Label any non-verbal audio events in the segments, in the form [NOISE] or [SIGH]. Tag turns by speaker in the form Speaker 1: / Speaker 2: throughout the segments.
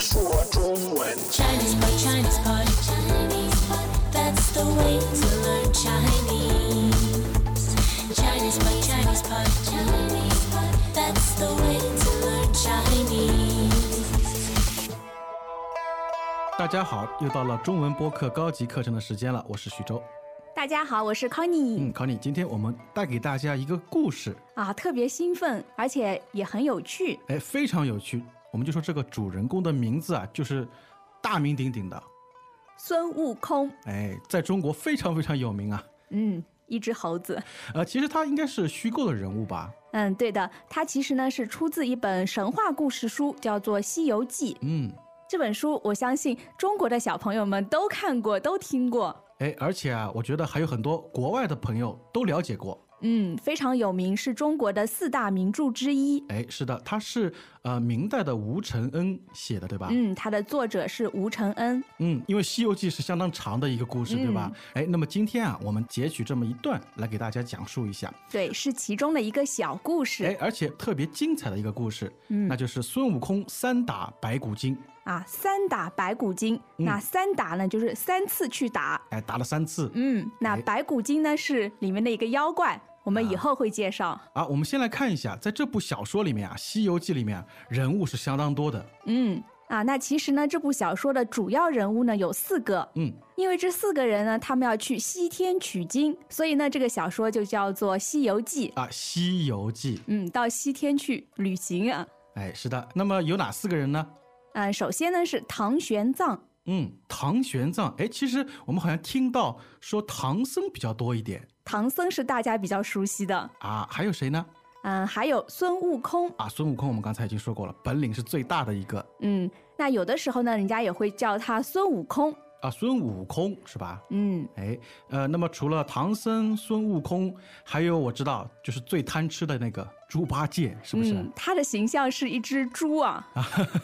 Speaker 1: 说中文。
Speaker 2: Chinese pot, Chinese pot, Chinese pot. That's the way to learn Chinese. Chinese pot, Chinese pot, Chinese pot. That's the way to learn Chinese.
Speaker 3: 大家好，又到了中文播客高级课程的时间了，我是徐州。
Speaker 4: 大家好，我是康妮、
Speaker 3: 嗯，考你，今天我们带给大家一个故事，
Speaker 4: 啊，特别兴奋，而且也很有趣。
Speaker 3: 哎，非常有趣。我们就说这个主人公的名字啊，就是大名鼎鼎的，
Speaker 4: 孙悟空，
Speaker 3: 哎，在中国非常非常有名啊。
Speaker 4: 嗯，一只猴子，
Speaker 3: 呃，其实他应该是虚构的人物吧？
Speaker 4: 嗯，对的，它其实呢是出自一本神话故事书，叫做《西游记》。
Speaker 3: 嗯，
Speaker 4: 这本书我相信中国的小朋友们都看过，都听过。
Speaker 3: 哎，而且啊，我觉得还有很多国外的朋友都了解过。
Speaker 4: 嗯，非常有名，是中国的四大名著之一。
Speaker 3: 哎，是的，他是呃明代的吴承恩写的，对吧？
Speaker 4: 嗯，它的作者是吴承恩。
Speaker 3: 嗯，因为《西游记》是相当长的一个故事，对吧？哎，那么今天啊，我们截取这么一段来给大家讲述一下。
Speaker 4: 对，是其中的一个小故
Speaker 3: 哎
Speaker 4: 事，
Speaker 3: 而且特别精彩的一个故事，那就是孙悟空三打白骨精，
Speaker 4: 啊。三打白骨精，
Speaker 3: 嗯
Speaker 4: 那三打呢就是三次去打。
Speaker 3: 哎，打了三次。
Speaker 4: 嗯，那
Speaker 3: 哎
Speaker 4: 白骨精呢是里面的一个妖怪，我们以后会介绍。
Speaker 3: 啊，我们先来看一下，在这部小说里面啊，《西游记》里面啊人物是相当多的。
Speaker 4: 嗯，啊，那其实呢，这部小说的主要人物呢有四个，
Speaker 3: 嗯，
Speaker 4: 因为这四个人呢，他们要去西天取经，所以呢，这个小说就叫做《西游记》。
Speaker 3: 啊，《西游记》
Speaker 4: 嗯，到西天去旅行啊。
Speaker 3: 哎，是的。那么有哪四个人呢？
Speaker 4: 嗯、首先呢是唐玄奘，
Speaker 3: 嗯，唐玄奘。哎，其实我们好像听到说唐僧比较多一点
Speaker 4: 唐僧是大家比较熟悉的。
Speaker 3: 啊，还有谁呢？
Speaker 4: 嗯，还有孙悟空。
Speaker 3: 啊，孙悟空，我们刚才已经说过了，本领是最大的一个
Speaker 4: 嗯，那有的时候呢，人家也会叫他孙悟空。
Speaker 3: 啊，孙悟空是吧？
Speaker 4: 嗯，
Speaker 3: 哎，呃，那么除了唐僧、孙悟空，还有我知道就是最贪吃的那个猪八戒，是不是？
Speaker 4: 嗯，他的形象是一只猪啊。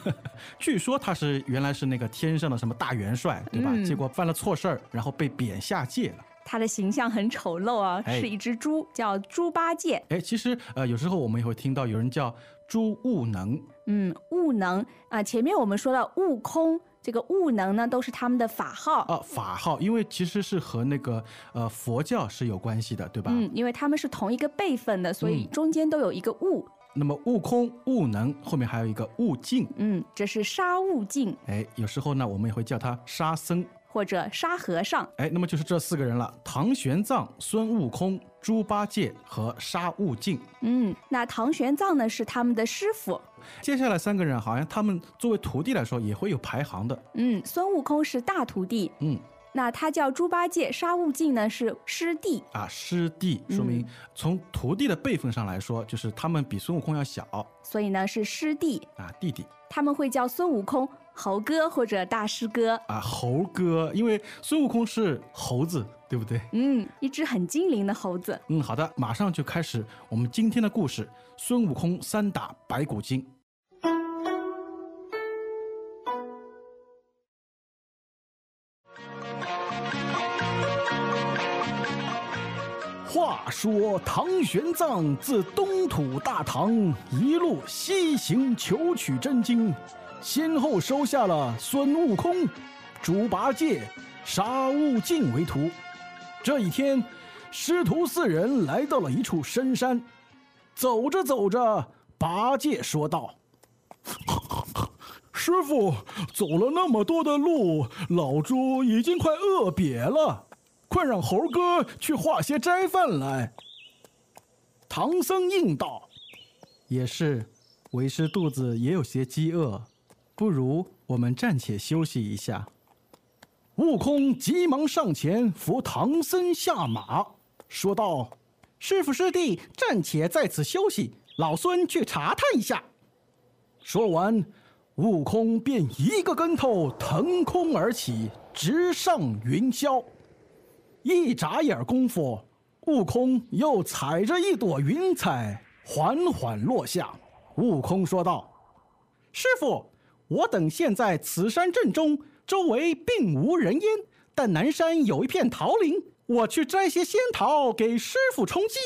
Speaker 3: [LAUGHS] 据说他是原来是那个天上的什么大元帅，对吧？
Speaker 4: 嗯
Speaker 3: 结果犯了错事儿，然后被贬下界了。
Speaker 4: 它的形象很丑陋啊，
Speaker 3: 哎
Speaker 4: 是一只猪，叫猪八戒。
Speaker 3: 哎，其实呃，有时候我们也会听到有人叫猪悟能，
Speaker 4: 嗯，悟能啊、前面我们说到悟空，这个悟能呢，都是他们的法号。
Speaker 3: 啊，法号，因为其实是和那个呃佛教是有关系的，对吧？
Speaker 4: 嗯，因为他们是同一个辈分的，所以中间都有一个悟。
Speaker 3: 那么悟空、悟能后面还有一个悟净，
Speaker 4: 嗯，这是沙悟净
Speaker 3: 哎，有时候呢我们也会叫他沙僧，
Speaker 4: 或者沙和尚。
Speaker 3: 哎，那么就是这四个人了：唐玄奘、孙悟空、猪八戒和沙悟净。
Speaker 4: 嗯，那唐玄奘呢是他们的师傅。
Speaker 3: 接下来三个人啊好像他们作为徒弟来说也会有排行的，
Speaker 4: 嗯，孙悟空是大徒弟。
Speaker 3: 嗯。
Speaker 4: 那他叫猪八戒，沙悟净呢是师弟。
Speaker 3: 啊，师弟，说明从徒弟的辈分上来说，就是他们比孙悟空要小
Speaker 4: 所以呢是师弟。
Speaker 3: 啊，弟弟
Speaker 4: 他们会叫孙悟空猴哥或者大师哥。
Speaker 3: 啊，猴哥，因为孙悟空是猴子，对不对？
Speaker 4: 嗯，一只很精灵的猴子。
Speaker 3: 嗯，好的，马上就开始我们今天的故事：孙悟空三打白骨精。话说唐玄奘自东土大唐一路西行求取真经，先后收下了孙悟空、猪八戒、沙悟净为徒。这一天，师徒四人来到了一处深山，走着走着，八戒说道：“ [LAUGHS] 师傅，走了那么多的路，老猪已经快饿瘪了，快让猴哥去化些斋饭来。”唐僧应道：“也是，为师肚子也有些饥饿，不如我们暂且休息一下。”悟空急忙上前扶唐僧下马，说道：“师傅师弟，暂且在此休息，老孙去查探一下。”说完，悟空便一个跟头腾空而起，直上云霄。一眨眼功夫，悟空又踩着一朵云彩缓缓落下。悟空说道：“师傅，我等现在此山正中，周围并无人烟，但南山有一片桃林，我去摘些仙桃给师傅充饥。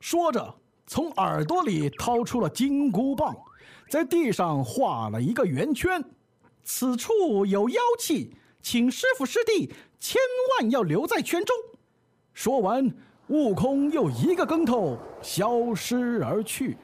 Speaker 3: 说着，从耳朵里掏出了金箍棒，在地上画了一个圆圈，
Speaker 5: 此处有妖气，请师傅师弟千万要留在圈中。”说完，悟空又一个跟头消失而去。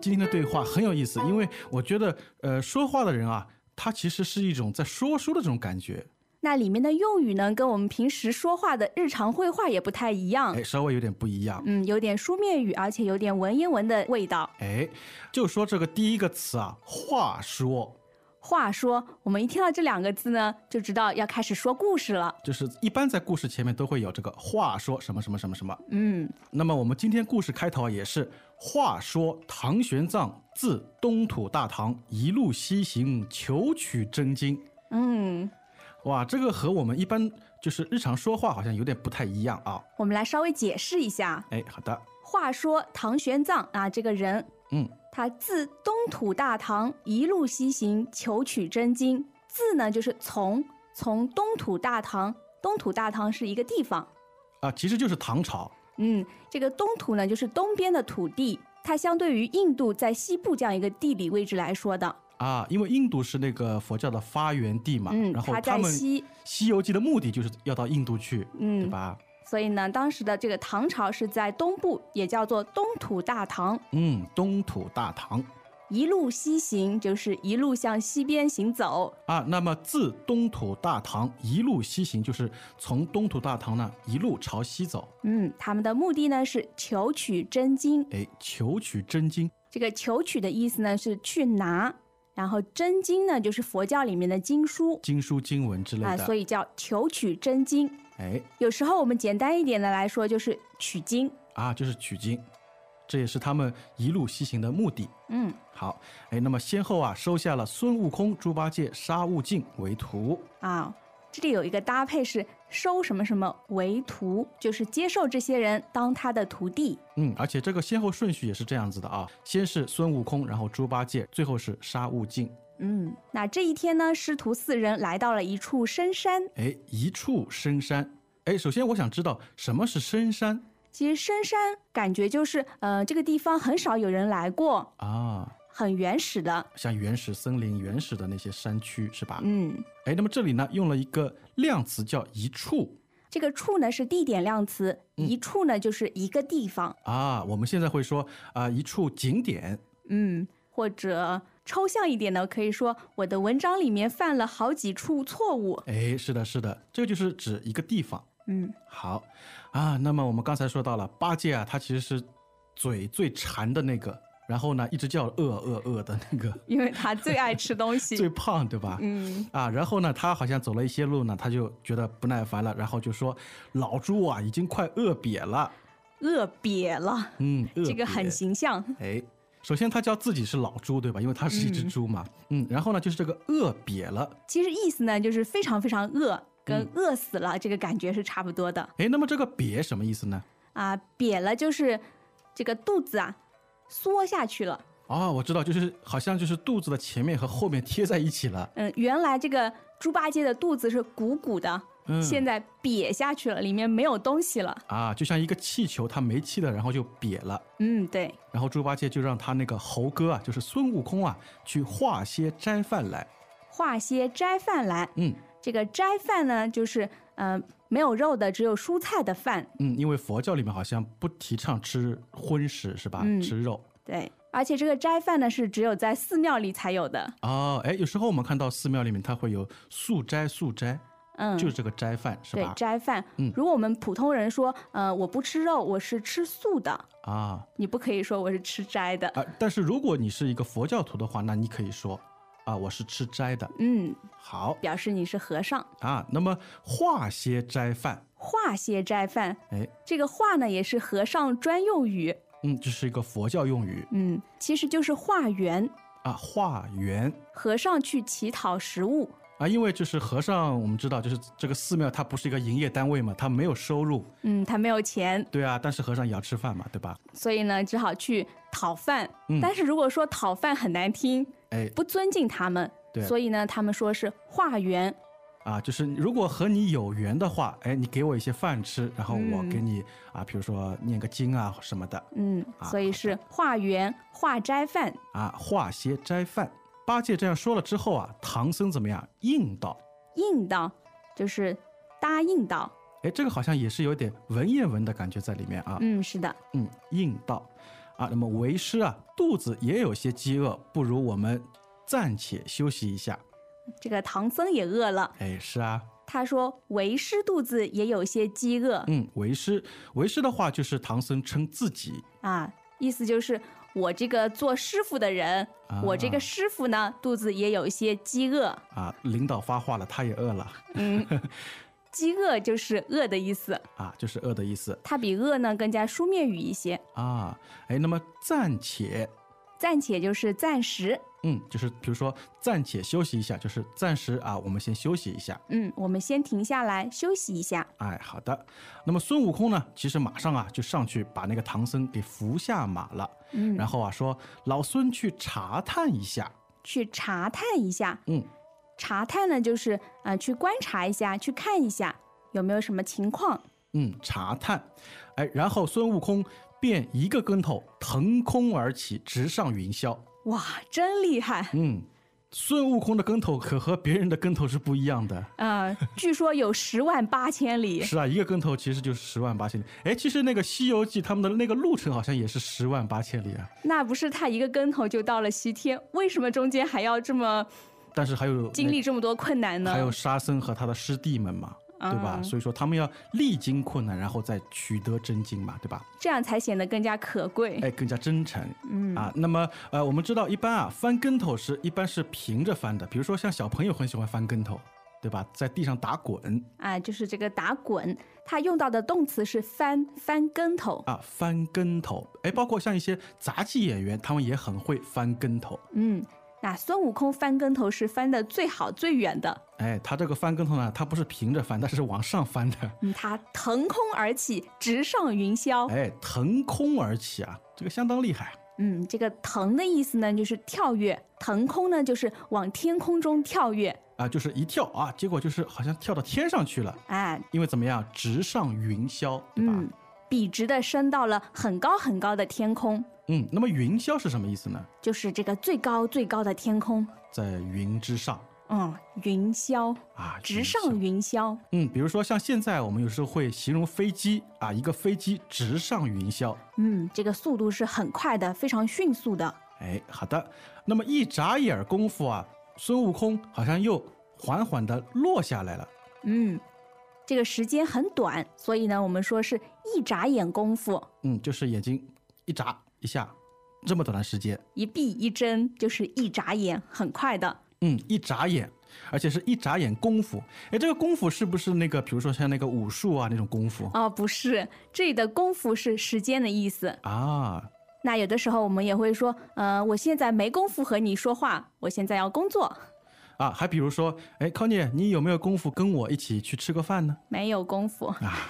Speaker 3: 今天的对话很有意思，因为我觉得，呃，说话的人啊，他其实是一种在说书的这种感觉，
Speaker 4: 那里面的用语呢，跟我们平时说话的日常会话也不太一样
Speaker 3: 哎，，稍微有点不一样。
Speaker 4: 嗯，有点书面语，而且有点文言文的味道。
Speaker 3: 哎，就说这个第一个词啊，话说，
Speaker 4: 话说，我们一听到这两个字呢，就知道要开始说故事了。
Speaker 3: 就是一般在故事前面都会有这个话说什么什么什么什么。
Speaker 4: 嗯，
Speaker 3: 那么我们今天故事开头啊也是话说唐玄奘自东土大唐一路西行，求取真经。
Speaker 4: 嗯，
Speaker 3: 哇，这个和我们一般就是日常说话好像有点不太一样啊。
Speaker 4: 我们来稍微解释一下。
Speaker 3: 哎，好的，
Speaker 4: 话说唐玄奘啊，这个人，
Speaker 3: 嗯，
Speaker 4: 他自东土大唐一路西行，求取真经。自呢就是从，从东土大唐，东土大唐是一个地方，
Speaker 3: 啊，其实就是唐朝。
Speaker 4: 嗯，这个东土呢就是东边的土地，它相对于印度在西部这样一个地理位置来说的，
Speaker 3: 啊，因为印度是那个佛教的发源地嘛，
Speaker 4: 嗯，
Speaker 3: 啊然后
Speaker 4: 它
Speaker 3: 他
Speaker 4: 在
Speaker 3: 们《
Speaker 4: 西，
Speaker 3: 西游记》的目的就是要到印度去，对
Speaker 4: 嗯，
Speaker 3: 吧？
Speaker 4: 所以呢，当时的这个唐朝是在东部，也叫做东土大唐。
Speaker 3: 嗯，东土大唐
Speaker 4: 一路西行，就是一路向西边行走，
Speaker 3: 啊。那么自东土大唐一路西行，就是从东土大唐呢一路朝西走，
Speaker 4: 嗯，他们的目的呢是求取真经。
Speaker 3: 哎，求取真经。
Speaker 4: 这个求取的意思呢是去拿，然后真经呢就是佛教里面的经书
Speaker 3: 经书、经文之类
Speaker 4: 啊，
Speaker 3: 的，
Speaker 4: 所以叫求取真经。
Speaker 3: 哎
Speaker 4: 有时候我们简单一点的来说就是取经。
Speaker 3: 啊，就是取经，这也是他们一路西行的目的。
Speaker 4: 嗯，
Speaker 3: 好，哎，那么先后啊，收下了孙悟空、猪八戒、沙悟净为徒，
Speaker 4: 啊，这里有一个搭配是收什么什么为徒，就是接受这些人当他的徒弟。
Speaker 3: 嗯，而且这个先后顺序也是这样子的啊，先是孙悟空，然后猪八戒，最后是沙悟净。
Speaker 4: 嗯，那这一天呢，师徒四人来到了一处深山。
Speaker 3: 哎，一处深山。哎，首先我想知道什么是深山
Speaker 4: 其实深山感觉就是，呃，这个地方很少有人来过，
Speaker 3: 啊？
Speaker 4: 很原始的。
Speaker 3: 像原始森林、原始的那些山区是吧？
Speaker 4: 嗯，
Speaker 3: 哎，那么这里呢用了一个量词叫一处
Speaker 4: 这个处呢是地点量词，一处呢就是一个地方。
Speaker 3: 啊，我们现在会说啊、一处景点
Speaker 4: 嗯，或者抽象一点呢，可以说我的文章里面犯了好几处错误。
Speaker 3: 哎，是的，是的，这个就是指一个地方。
Speaker 4: 嗯，
Speaker 3: 好啊，那么我们刚才说到了八戒啊，他其实是嘴最馋的那个，然后呢一直叫饿饿饿的那个
Speaker 4: 因为他最爱吃东西。
Speaker 3: 最胖，对吧？
Speaker 4: 嗯，
Speaker 3: 啊，然后呢，他好像走了一些路呢，他就觉得不耐烦了，然后就说：“老猪啊，已经快饿瘪了。
Speaker 4: 饿瘪了”，
Speaker 3: 嗯，饿
Speaker 4: 这个很
Speaker 3: 瘪
Speaker 4: 形象。
Speaker 3: 哎，首先他叫自己是老猪，对吧？因为他是一只猪嘛。嗯然后呢，就是这个饿瘪了。
Speaker 4: 其实意思呢就是非常非常饿，跟
Speaker 3: 嗯
Speaker 4: 饿死了这个感觉是差不多的。
Speaker 3: 哎，那么这个瘪什么意思呢？
Speaker 4: 啊，瘪了就是这个肚子啊缩下去了。
Speaker 3: 哦，我知道，就是好像就是肚子的前面和后面贴在一起了。
Speaker 4: 嗯，原来这个猪八戒的肚子是鼓鼓的，
Speaker 3: 嗯
Speaker 4: 现在瘪下去了，里面没有东西了。
Speaker 3: 啊，就像一个气球，它没气了，然后就瘪了。
Speaker 4: 嗯，对，
Speaker 3: 然后猪八戒就让他那个猴哥啊，就是孙悟空啊，去化些斋饭来。
Speaker 4: 化些斋饭来。
Speaker 3: 嗯
Speaker 4: 这个斋饭呢，就是嗯、呃没有肉的，只有蔬菜的饭。
Speaker 3: 嗯，因为佛教里面好像不提倡吃荤食，是吧？
Speaker 4: 嗯
Speaker 3: 吃肉。
Speaker 4: 对，而且这个斋饭呢是只有在寺庙里才有的。
Speaker 3: 哦，哎，有时候我们看到寺庙里面，它会有素斋，素斋
Speaker 4: 嗯，
Speaker 3: 就是这个斋饭，是
Speaker 4: 对
Speaker 3: 吧？
Speaker 4: 斋饭。
Speaker 3: 嗯
Speaker 4: 如果我们普通人说，呃，我不吃肉，我是吃素的，
Speaker 3: 啊
Speaker 4: 你不可以说我是吃斋的。
Speaker 3: 啊！但是如果你是一个佛教徒的话，那你可以说啊，我是吃斋的。
Speaker 4: 嗯，
Speaker 3: 好
Speaker 4: 表示你是和尚。
Speaker 3: 啊，那么化些斋饭，
Speaker 4: 化些斋饭，
Speaker 3: 哎，
Speaker 4: 这个化呢也是和尚专用语，
Speaker 3: 嗯，这是一个佛教用语
Speaker 4: 嗯，其实就是化缘，
Speaker 3: 啊，化缘。
Speaker 4: 和尚去乞讨食物，
Speaker 3: 啊，因为就是和尚，我们知道，就是这个寺庙它不是一个营业单位嘛，它没有收入，
Speaker 4: 嗯，他没有钱，
Speaker 3: 对啊，但是和尚也要吃饭嘛，对吧？
Speaker 4: 所以呢只好去讨饭。
Speaker 3: 嗯
Speaker 4: 但是如果说讨饭很难听，
Speaker 3: 哎，
Speaker 4: 不尊敬他们，
Speaker 3: 对
Speaker 4: 所以呢他们说是化缘，
Speaker 3: 啊，就是如果和你有缘的话，哎，你给我一些饭吃，然后我给
Speaker 4: 嗯
Speaker 3: 你、啊，比如说念个经啊什么的
Speaker 4: 嗯，
Speaker 3: 啊
Speaker 4: 所以是化缘化斋饭。
Speaker 3: 啊，化些斋饭。八戒这样说了之后啊，唐僧怎么样应道？
Speaker 4: 应道就是答应道。
Speaker 3: 哎，这个好像也是有点文言文的感觉在里面啊。
Speaker 4: 嗯，是的，
Speaker 3: 嗯，应道啊。那么为师啊，肚子也有些饥饿，不如我们暂且休息一下。
Speaker 4: 这个唐僧也饿了。
Speaker 3: 哎，是啊，
Speaker 4: 他说：“为师肚子也有些饥饿、
Speaker 3: 嗯，为师，为师的话就是唐僧称自己
Speaker 4: 啊，意思就是我这个做师傅的人，我这
Speaker 3: 啊
Speaker 4: 个师傅呢肚子也有一些饥饿。
Speaker 3: 啊，领导发话了，他也饿了 [LAUGHS]
Speaker 4: 嗯，饥饿就是饿的意思，
Speaker 3: 啊，就是饿的意思
Speaker 4: 它比饿呢更加书面语一些。
Speaker 3: 啊。哎，那么暂且，
Speaker 4: 暂且就是暂时，
Speaker 3: 嗯，就是比如说暂且休息一下，就是暂时啊，我们先休息一下。
Speaker 4: 嗯，我们先停下来休息一下。
Speaker 3: 哎，好的。那么孙悟空呢，其实马上啊就上去把那个唐僧给扶下马了，
Speaker 4: 嗯，
Speaker 3: 然后啊说老孙去查探一下。
Speaker 4: 去查探一下。
Speaker 3: 嗯，
Speaker 4: 查探呢，就是呃，去观察一下，去看一下有没有什么情况。
Speaker 3: 嗯，查探，哎，然后孙悟空便一个跟头腾空而起，直上云霄。
Speaker 4: 哇，真厉害！ [LAUGHS]
Speaker 3: 嗯，孙悟空的跟头可和别人的跟头是不一样的。
Speaker 4: 呃，据说有十万八千里。
Speaker 3: 是啊，一个跟头其实就是十万八千里。哎，其实那个《西游记》他们的那个路程好像也是十万八千里啊，
Speaker 4: 那不是他一个跟头就到了西天，为什么中间还要这么
Speaker 3: 但是还有
Speaker 4: 经历这么多困难
Speaker 3: 那
Speaker 4: 呢？
Speaker 3: 还有沙僧和他的师弟们嘛，对吧？
Speaker 4: 嗯
Speaker 3: 所以说他们要历经困难，然后再取得真经嘛，对吧？
Speaker 4: 这样才显得更加可贵。
Speaker 3: 哎，更加真诚。嗯啊，那么呃，我们知道一般啊，翻跟头是一般是平着翻的，比如说像小朋友很喜欢翻跟头，对吧？在地上打滚
Speaker 4: 啊，就是这个打滚，它用到的动词是翻翻跟头。
Speaker 3: 啊，翻跟头。哎，包括像一些杂技演员，他们也很会翻跟头。
Speaker 4: 嗯，那孙悟空翻跟头是翻的最好最远的，
Speaker 3: 哎，他这个翻跟头呢，他不是平着翻，他是往上翻的。
Speaker 4: 嗯，他腾空而起，直上云霄。
Speaker 3: 哎，腾空而起啊，这个相当厉害。
Speaker 4: 嗯，这个腾的意思呢，就是跳跃；腾空呢，就是往天空中跳跃。
Speaker 3: 啊，就是一跳啊，结果就是好像跳到天上去了，
Speaker 4: 哎，
Speaker 3: 因为怎么样，直上云霄，对吧？
Speaker 4: 嗯，笔直的升到了很高很高的天空，
Speaker 3: 嗯那么云霄是什么意思呢？
Speaker 4: 就是这个最高最高的天空。
Speaker 3: 在云之上
Speaker 4: 嗯，云霄，
Speaker 3: 啊，
Speaker 4: 直
Speaker 3: 云
Speaker 4: 上
Speaker 3: 霄。
Speaker 4: 云霄。
Speaker 3: 嗯，比如说像现在我们有时候会形容飞机啊，一个飞机直上云霄。
Speaker 4: 嗯，这个速度是很快的，非常迅速的。
Speaker 3: 哎，好的。那么一眨眼儿功夫啊，孙悟空好像又缓缓地落下来了。
Speaker 4: 嗯，这个时间很短，所以呢，我们说是一眨眼功夫，
Speaker 3: 嗯，就是眼睛一眨一下，这么短的时间。
Speaker 4: 一闭一睁就是一眨眼，很快的。
Speaker 3: 嗯，一眨眼，而且是一眨眼功夫。哎，这个功夫是不是那个，比如说像那个武术啊那种功夫
Speaker 4: 哦，不是，这里的功夫是时间的意思。
Speaker 3: 啊？
Speaker 4: 那有的时候我们也会说，呃，我现在没工夫和你说话，我现在要工作，
Speaker 3: 啊，还比如说，哎，康姐，你有没有功夫跟我一起去吃个饭呢？
Speaker 4: 没有功夫，
Speaker 3: [LAUGHS]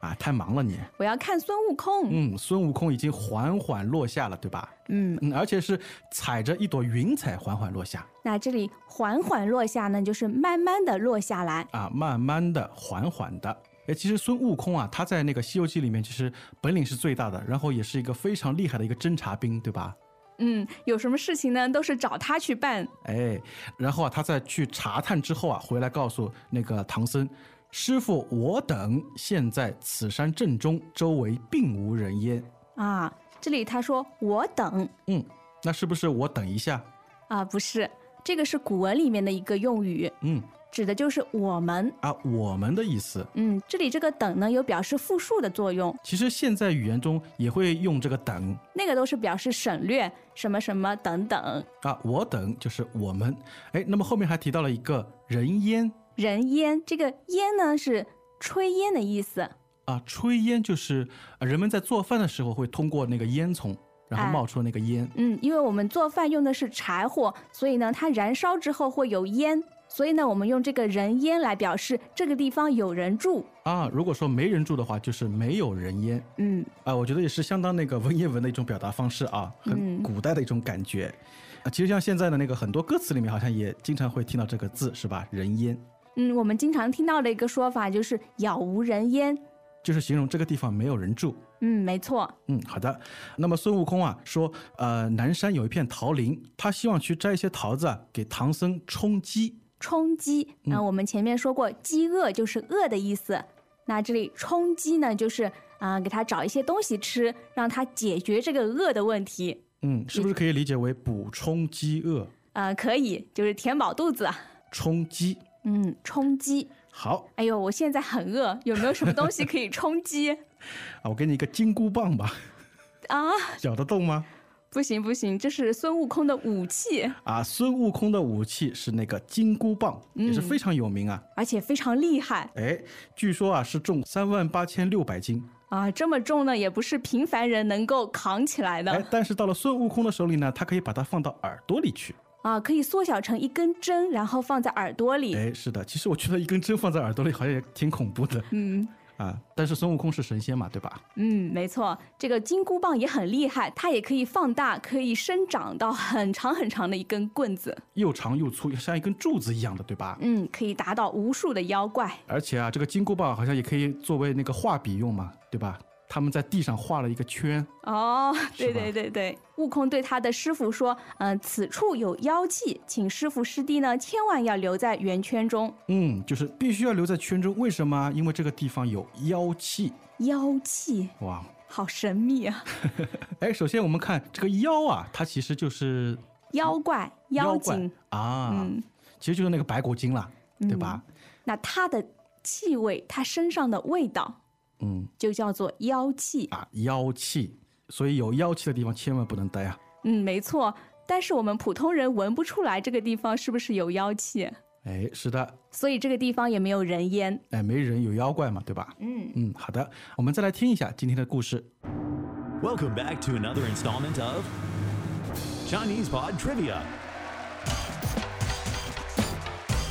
Speaker 3: 啊，太忙了你。
Speaker 4: 我要看孙悟空。
Speaker 3: 嗯，孙悟空已经缓缓落下了，对吧？
Speaker 4: 嗯，
Speaker 3: 嗯，而且是踩着一朵云彩缓缓落下
Speaker 4: 那这里缓缓落下呢，就是慢慢的落下来。
Speaker 3: 啊，慢慢的，缓缓的。哎，其实孙悟空啊，他在那个《西游记》里面其实本领是最大的，然后也是一个非常厉害的一个侦察兵，对吧？
Speaker 4: 嗯，有什么事情呢，都是找他去办。
Speaker 3: 哎，然后啊，他在去查探之后啊，回来告诉那个唐僧师傅，我等现在此山正中，周围并无人烟。
Speaker 4: 啊，这里他说我等
Speaker 3: 嗯，那是不是我等一下？
Speaker 4: 啊，不是，这个是古文里面的一个用语，
Speaker 3: 嗯
Speaker 4: 指的就是我们。
Speaker 3: 啊，我们的意思。
Speaker 4: 嗯，这里这个等呢，有表示复数的作用，
Speaker 3: 其实现在语言中也会用这个等
Speaker 4: 那个都是表示省略什么什么等等。
Speaker 3: 啊，我等就是我们。哎，那么后面还提到了一个人烟
Speaker 4: 人烟，这个烟呢是炊烟的意思。
Speaker 3: 啊，炊烟就是、啊、人们在做饭的时候会通过那个烟囱，然后
Speaker 4: 哎
Speaker 3: 冒出那个烟。
Speaker 4: 嗯，因为我们做饭用的是柴火，所以呢，它燃烧之后会有烟，所以呢，我们用这个人烟来表示这个地方有人住。
Speaker 3: 啊，如果说没人住的话，就是没有人烟。
Speaker 4: 嗯，
Speaker 3: 啊，我觉得也是相当那个文言文的一种表达方式啊，很
Speaker 4: 嗯
Speaker 3: 古代的一种感觉。啊，其实像现在的那个很多歌词里面，好像也经常会听到这个字，是吧？人烟
Speaker 4: 嗯，我们经常听到的一个说法就是“杳无人烟
Speaker 3: 就是形容这个地方没有人住。”。
Speaker 4: 嗯，没错。
Speaker 3: 嗯，好的。那么孙悟空啊说，呃，南山有一片桃林，他希望去摘一些桃子啊，给唐僧充饥。
Speaker 4: 充饥，那我们前面说过，饥饿就是饿的意思。那这里充饥呢，就是啊、给他找一些东西吃，让他解决这个饿的问题。
Speaker 3: 嗯，是不是可以理解为补充饥饿、
Speaker 4: 呃，可以，就是填饱肚子。啊
Speaker 3: 充饥？
Speaker 4: 嗯，充饥。
Speaker 3: 好
Speaker 4: 哎呦，我现在很饿，有没有什么东西可以充饥
Speaker 3: 啊，我给你一个金箍棒吧，
Speaker 4: 啊？
Speaker 3: [LAUGHS] 咬得动吗？
Speaker 4: [LAUGHS] 不行不行，这是孙悟空的武器，
Speaker 3: 啊，孙悟空的武器是那个金箍棒，
Speaker 4: 嗯
Speaker 3: 也是非常有名啊。
Speaker 4: 而且非常厉害
Speaker 3: 哎，据说啊是重三万八千六百斤，
Speaker 4: 啊！这么重呢，也不是平凡人能够扛起来
Speaker 3: 哎
Speaker 4: 的，
Speaker 3: 但是到了孙悟空的手里呢，他可以把它放到耳朵里去。
Speaker 4: 啊！可以缩小成一根针，然后放在耳朵里。
Speaker 3: 哎，是的，其实我觉得一根针放在耳朵里好像也挺恐怖的。
Speaker 4: 嗯，
Speaker 3: 啊，但是孙悟空是神仙嘛，对吧？
Speaker 4: 嗯，没错，这个金箍棒也很厉害，它也可以放大，可以生长到很长很长的一根棍子。
Speaker 3: 又长又粗，像一根柱子一样的，对吧？
Speaker 4: 嗯，可以打倒无数的妖怪。
Speaker 3: 而且啊，这个金箍棒好像也可以作为那个画笔用嘛，对吧？他们在地上画了一个圈，
Speaker 4: 哦，对
Speaker 3: 是吧
Speaker 4: 对对对，悟空对他的师傅说：“嗯、此处有妖气，请师傅师弟呢千万要留在圆圈中。
Speaker 3: 嗯，就是必须要留在圈中。为什么啊？因为这个地方有妖气，
Speaker 4: 妖气，
Speaker 3: 哇！
Speaker 4: 好神秘啊！
Speaker 3: 哎，首先我们看这个妖啊，它其实就是
Speaker 4: 妖怪，
Speaker 3: 妖怪
Speaker 4: 精。
Speaker 3: 啊，
Speaker 4: 嗯，
Speaker 3: 其实就是那个白骨精啦，对吧？
Speaker 4: 那它的气味，它身上的味道
Speaker 3: 嗯
Speaker 4: 就叫做妖气。
Speaker 3: 啊，妖气，所以有妖气的地方千万不能待啊。
Speaker 4: 嗯，没错。但是我们普通人闻不出来这个地方是不是有妖气，
Speaker 3: 哎，是的，
Speaker 4: 所以这个地方也没有人烟。
Speaker 3: 哎，没人有妖怪嘛，对吧？
Speaker 4: 嗯，
Speaker 3: 嗯，好的，我们再来听一下今天的故事。
Speaker 6: Welcome back to another installment of Chinese Pod Trivia.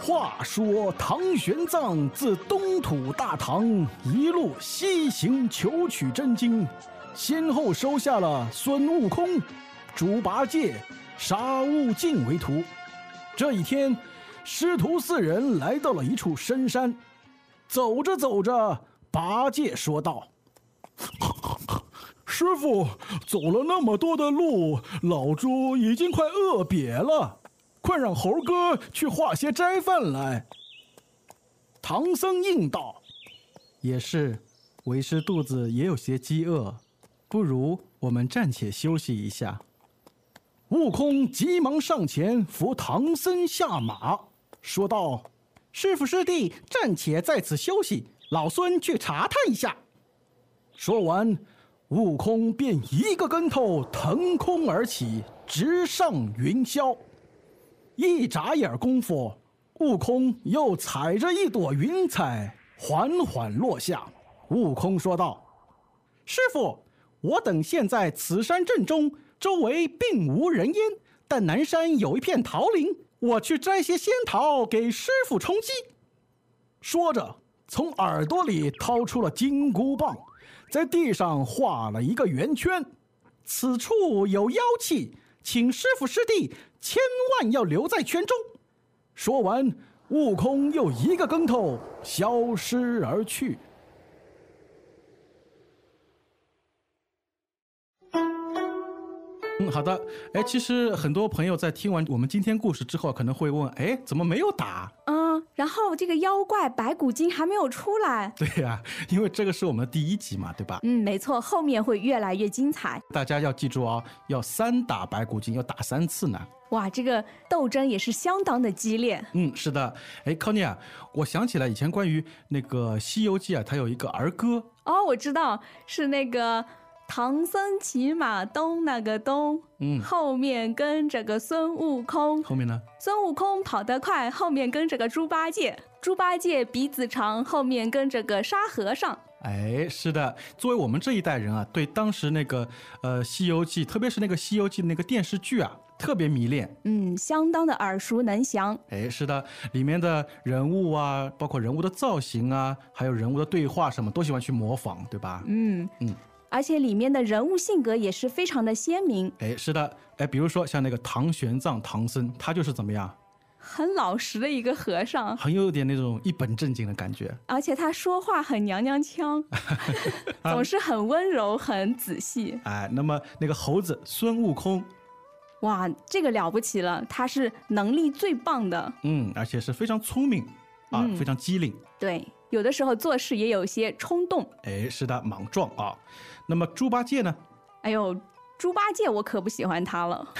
Speaker 5: 话说唐玄奘自东土大唐一路西行求取真经，先后收下了孙悟空、猪八戒、沙悟净为徒。这一天，师徒四人来到了一处深山，走着走着，八戒说道：“师傅，走了那么多的路，老猪已经快饿瘪了，快让猴哥去化些斋饭来。”唐僧应道
Speaker 3: 也是，为师肚子也有些饥饿，不如我们暂且休息一下。：“
Speaker 5: 悟空急忙上前扶唐僧下马，说道：‘师傅师弟暂且在此休息，老孙去查探一下。’”说完，悟空便一个跟头腾空而起，直上云霄。一眨眼功夫，悟空又踩着一朵云彩缓缓落下。悟空说道：“师傅，我等现在此山正中，周围并无人烟，但南山有一片桃林，我去摘些仙桃给师傅充饥。”说着，从耳朵里掏出了金箍棒，在地上画了一个圆圈。此处有妖气，请师傅师弟千万要留在圈中。说完，悟空又一个跟头消失而去。
Speaker 3: 嗯，好的。哎，其实很多朋友在听完我们今天故事之后，可能会问：哎，怎么没有打？
Speaker 4: 嗯，然后这个妖怪白骨精还没有出来。
Speaker 3: [LAUGHS] 对呀、因为这个是我们的第一集嘛，对吧？
Speaker 4: 嗯，没错，后面会越来越精彩。
Speaker 3: 大家要记住哦，要三打白骨精，要打三次呢。
Speaker 4: 哇，这个斗争也是相当的激烈。
Speaker 3: 嗯，是的。哎，康妮啊，我想起来以前关于那个《西游记》啊，它有一个儿歌
Speaker 4: 哦，我知道，是那个唐僧骑马东那个东，
Speaker 3: 嗯
Speaker 4: 后面跟着个孙悟空，
Speaker 3: 后面呢？
Speaker 4: 孙悟空跑得快，后面跟着个猪八戒，猪八戒鼻子长，后面跟着个沙和尚。
Speaker 3: 哎，是的，作为我们这一代人啊，对当时那个呃《西游记》，特别是那个《西游记》的那个电视剧啊，特别迷恋。
Speaker 4: 嗯，相当的耳熟能详。
Speaker 3: 哎，是的，里面的人物啊，包括人物的造型啊，还有人物的对话什么，都喜欢去模仿，对吧？
Speaker 4: 嗯
Speaker 3: 嗯，
Speaker 4: 而且里面的人物性格也是非常的鲜明，
Speaker 3: 哎，是的，哎，比如说像那个唐玄奘唐僧，他就是怎么样，
Speaker 4: 很老实的一个和尚，
Speaker 3: 很有点那种一本正经的感觉。
Speaker 4: 而且他说话很娘娘腔，总是很温柔、很仔细。
Speaker 3: 哎，那么那个猴子孙悟空，
Speaker 4: 哇，这个了不起了，他是能力最棒的。
Speaker 3: 嗯，而且是非常聪明啊，
Speaker 4: 嗯
Speaker 3: 非常机灵。
Speaker 4: 对，有的时候做事也有些冲动。
Speaker 3: 哎，是的，莽撞啊。那么猪八戒呢？
Speaker 4: 哎呦，猪八戒我可不喜欢他了。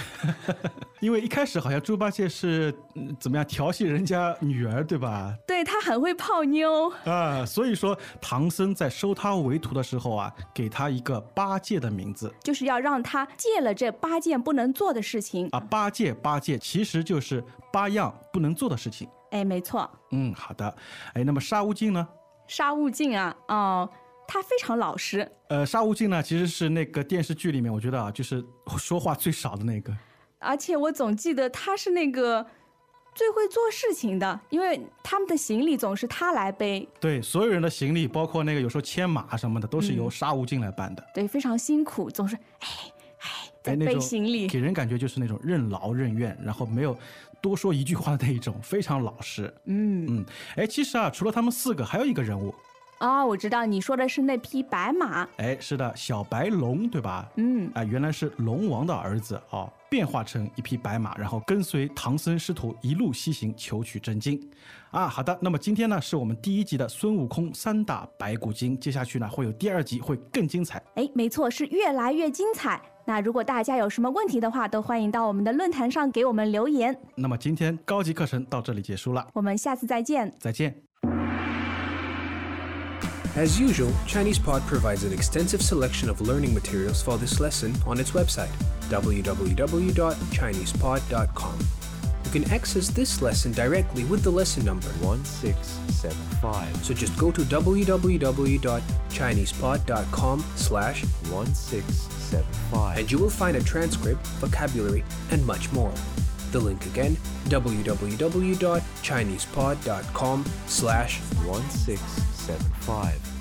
Speaker 3: 因为一开始好像猪八戒是、嗯怎么样调戏人家女儿，对吧？
Speaker 4: 对他很会泡妞，
Speaker 3: 啊，所以说唐僧在收他为徒的时候啊，给他一个八戒的名字
Speaker 4: 就是要让他戒了这八件不能做的事情。
Speaker 3: 啊，八戒八戒其实就是八样不能做的事情。
Speaker 4: 哎，没错，
Speaker 3: 嗯，好的。哎，那么沙悟净呢？
Speaker 4: 沙悟净啊，哦、他非常老实，
Speaker 3: 呃，沙悟净呢，其实是那个电视剧里面，我觉得啊，就是说话最少的那个。
Speaker 4: 而且我总记得他是那个最会做事情的，因为他们的行李总是他来背，
Speaker 3: 对，所有人的行李，包括那个有时候牵马什么的，都是
Speaker 4: 嗯
Speaker 3: 由沙悟净来办的。
Speaker 4: 对，非常辛苦，总是哎哎在
Speaker 3: 哎，那
Speaker 4: 背
Speaker 3: 种
Speaker 4: 行李。
Speaker 3: 给人感觉就是那种任劳任怨，然后没有多说一句话的那一种， [LAUGHS] 非常老实。
Speaker 4: 嗯
Speaker 3: 嗯，哎，其实啊，除了他们四个，还有一个人物，
Speaker 4: 啊、我知道你说的是那匹白马，
Speaker 3: 哎，是的，小白龙，对吧？
Speaker 4: 嗯，
Speaker 3: 啊，原来是龙王的儿子啊，变化成一匹白马，然后跟随唐僧师徒一路西行，求取真经。啊，好的，那么今天呢，是我们第一集的孙悟空三打白骨精，接下去呢会有第二集，会更精彩。
Speaker 4: 哎，没错，是越来越精彩。那如果大家有什么问题的话，都欢迎到我们的论坛上给我们留言。
Speaker 3: 那么今天高级课程到这里结束了，
Speaker 4: 我们下次再见。
Speaker 3: 再见。
Speaker 7: As usual, ChinesePod provides an extensive selection of learning materials for this lesson on its website, www.chinesepod.com. You can access this lesson directly with the lesson number,
Speaker 1: 1675.
Speaker 7: so just go to www.chinesepod.com slash
Speaker 1: 1675.
Speaker 7: and you will find a transcript, vocabulary, and much more. The link again, www.chinesepod.com slash
Speaker 1: 1675.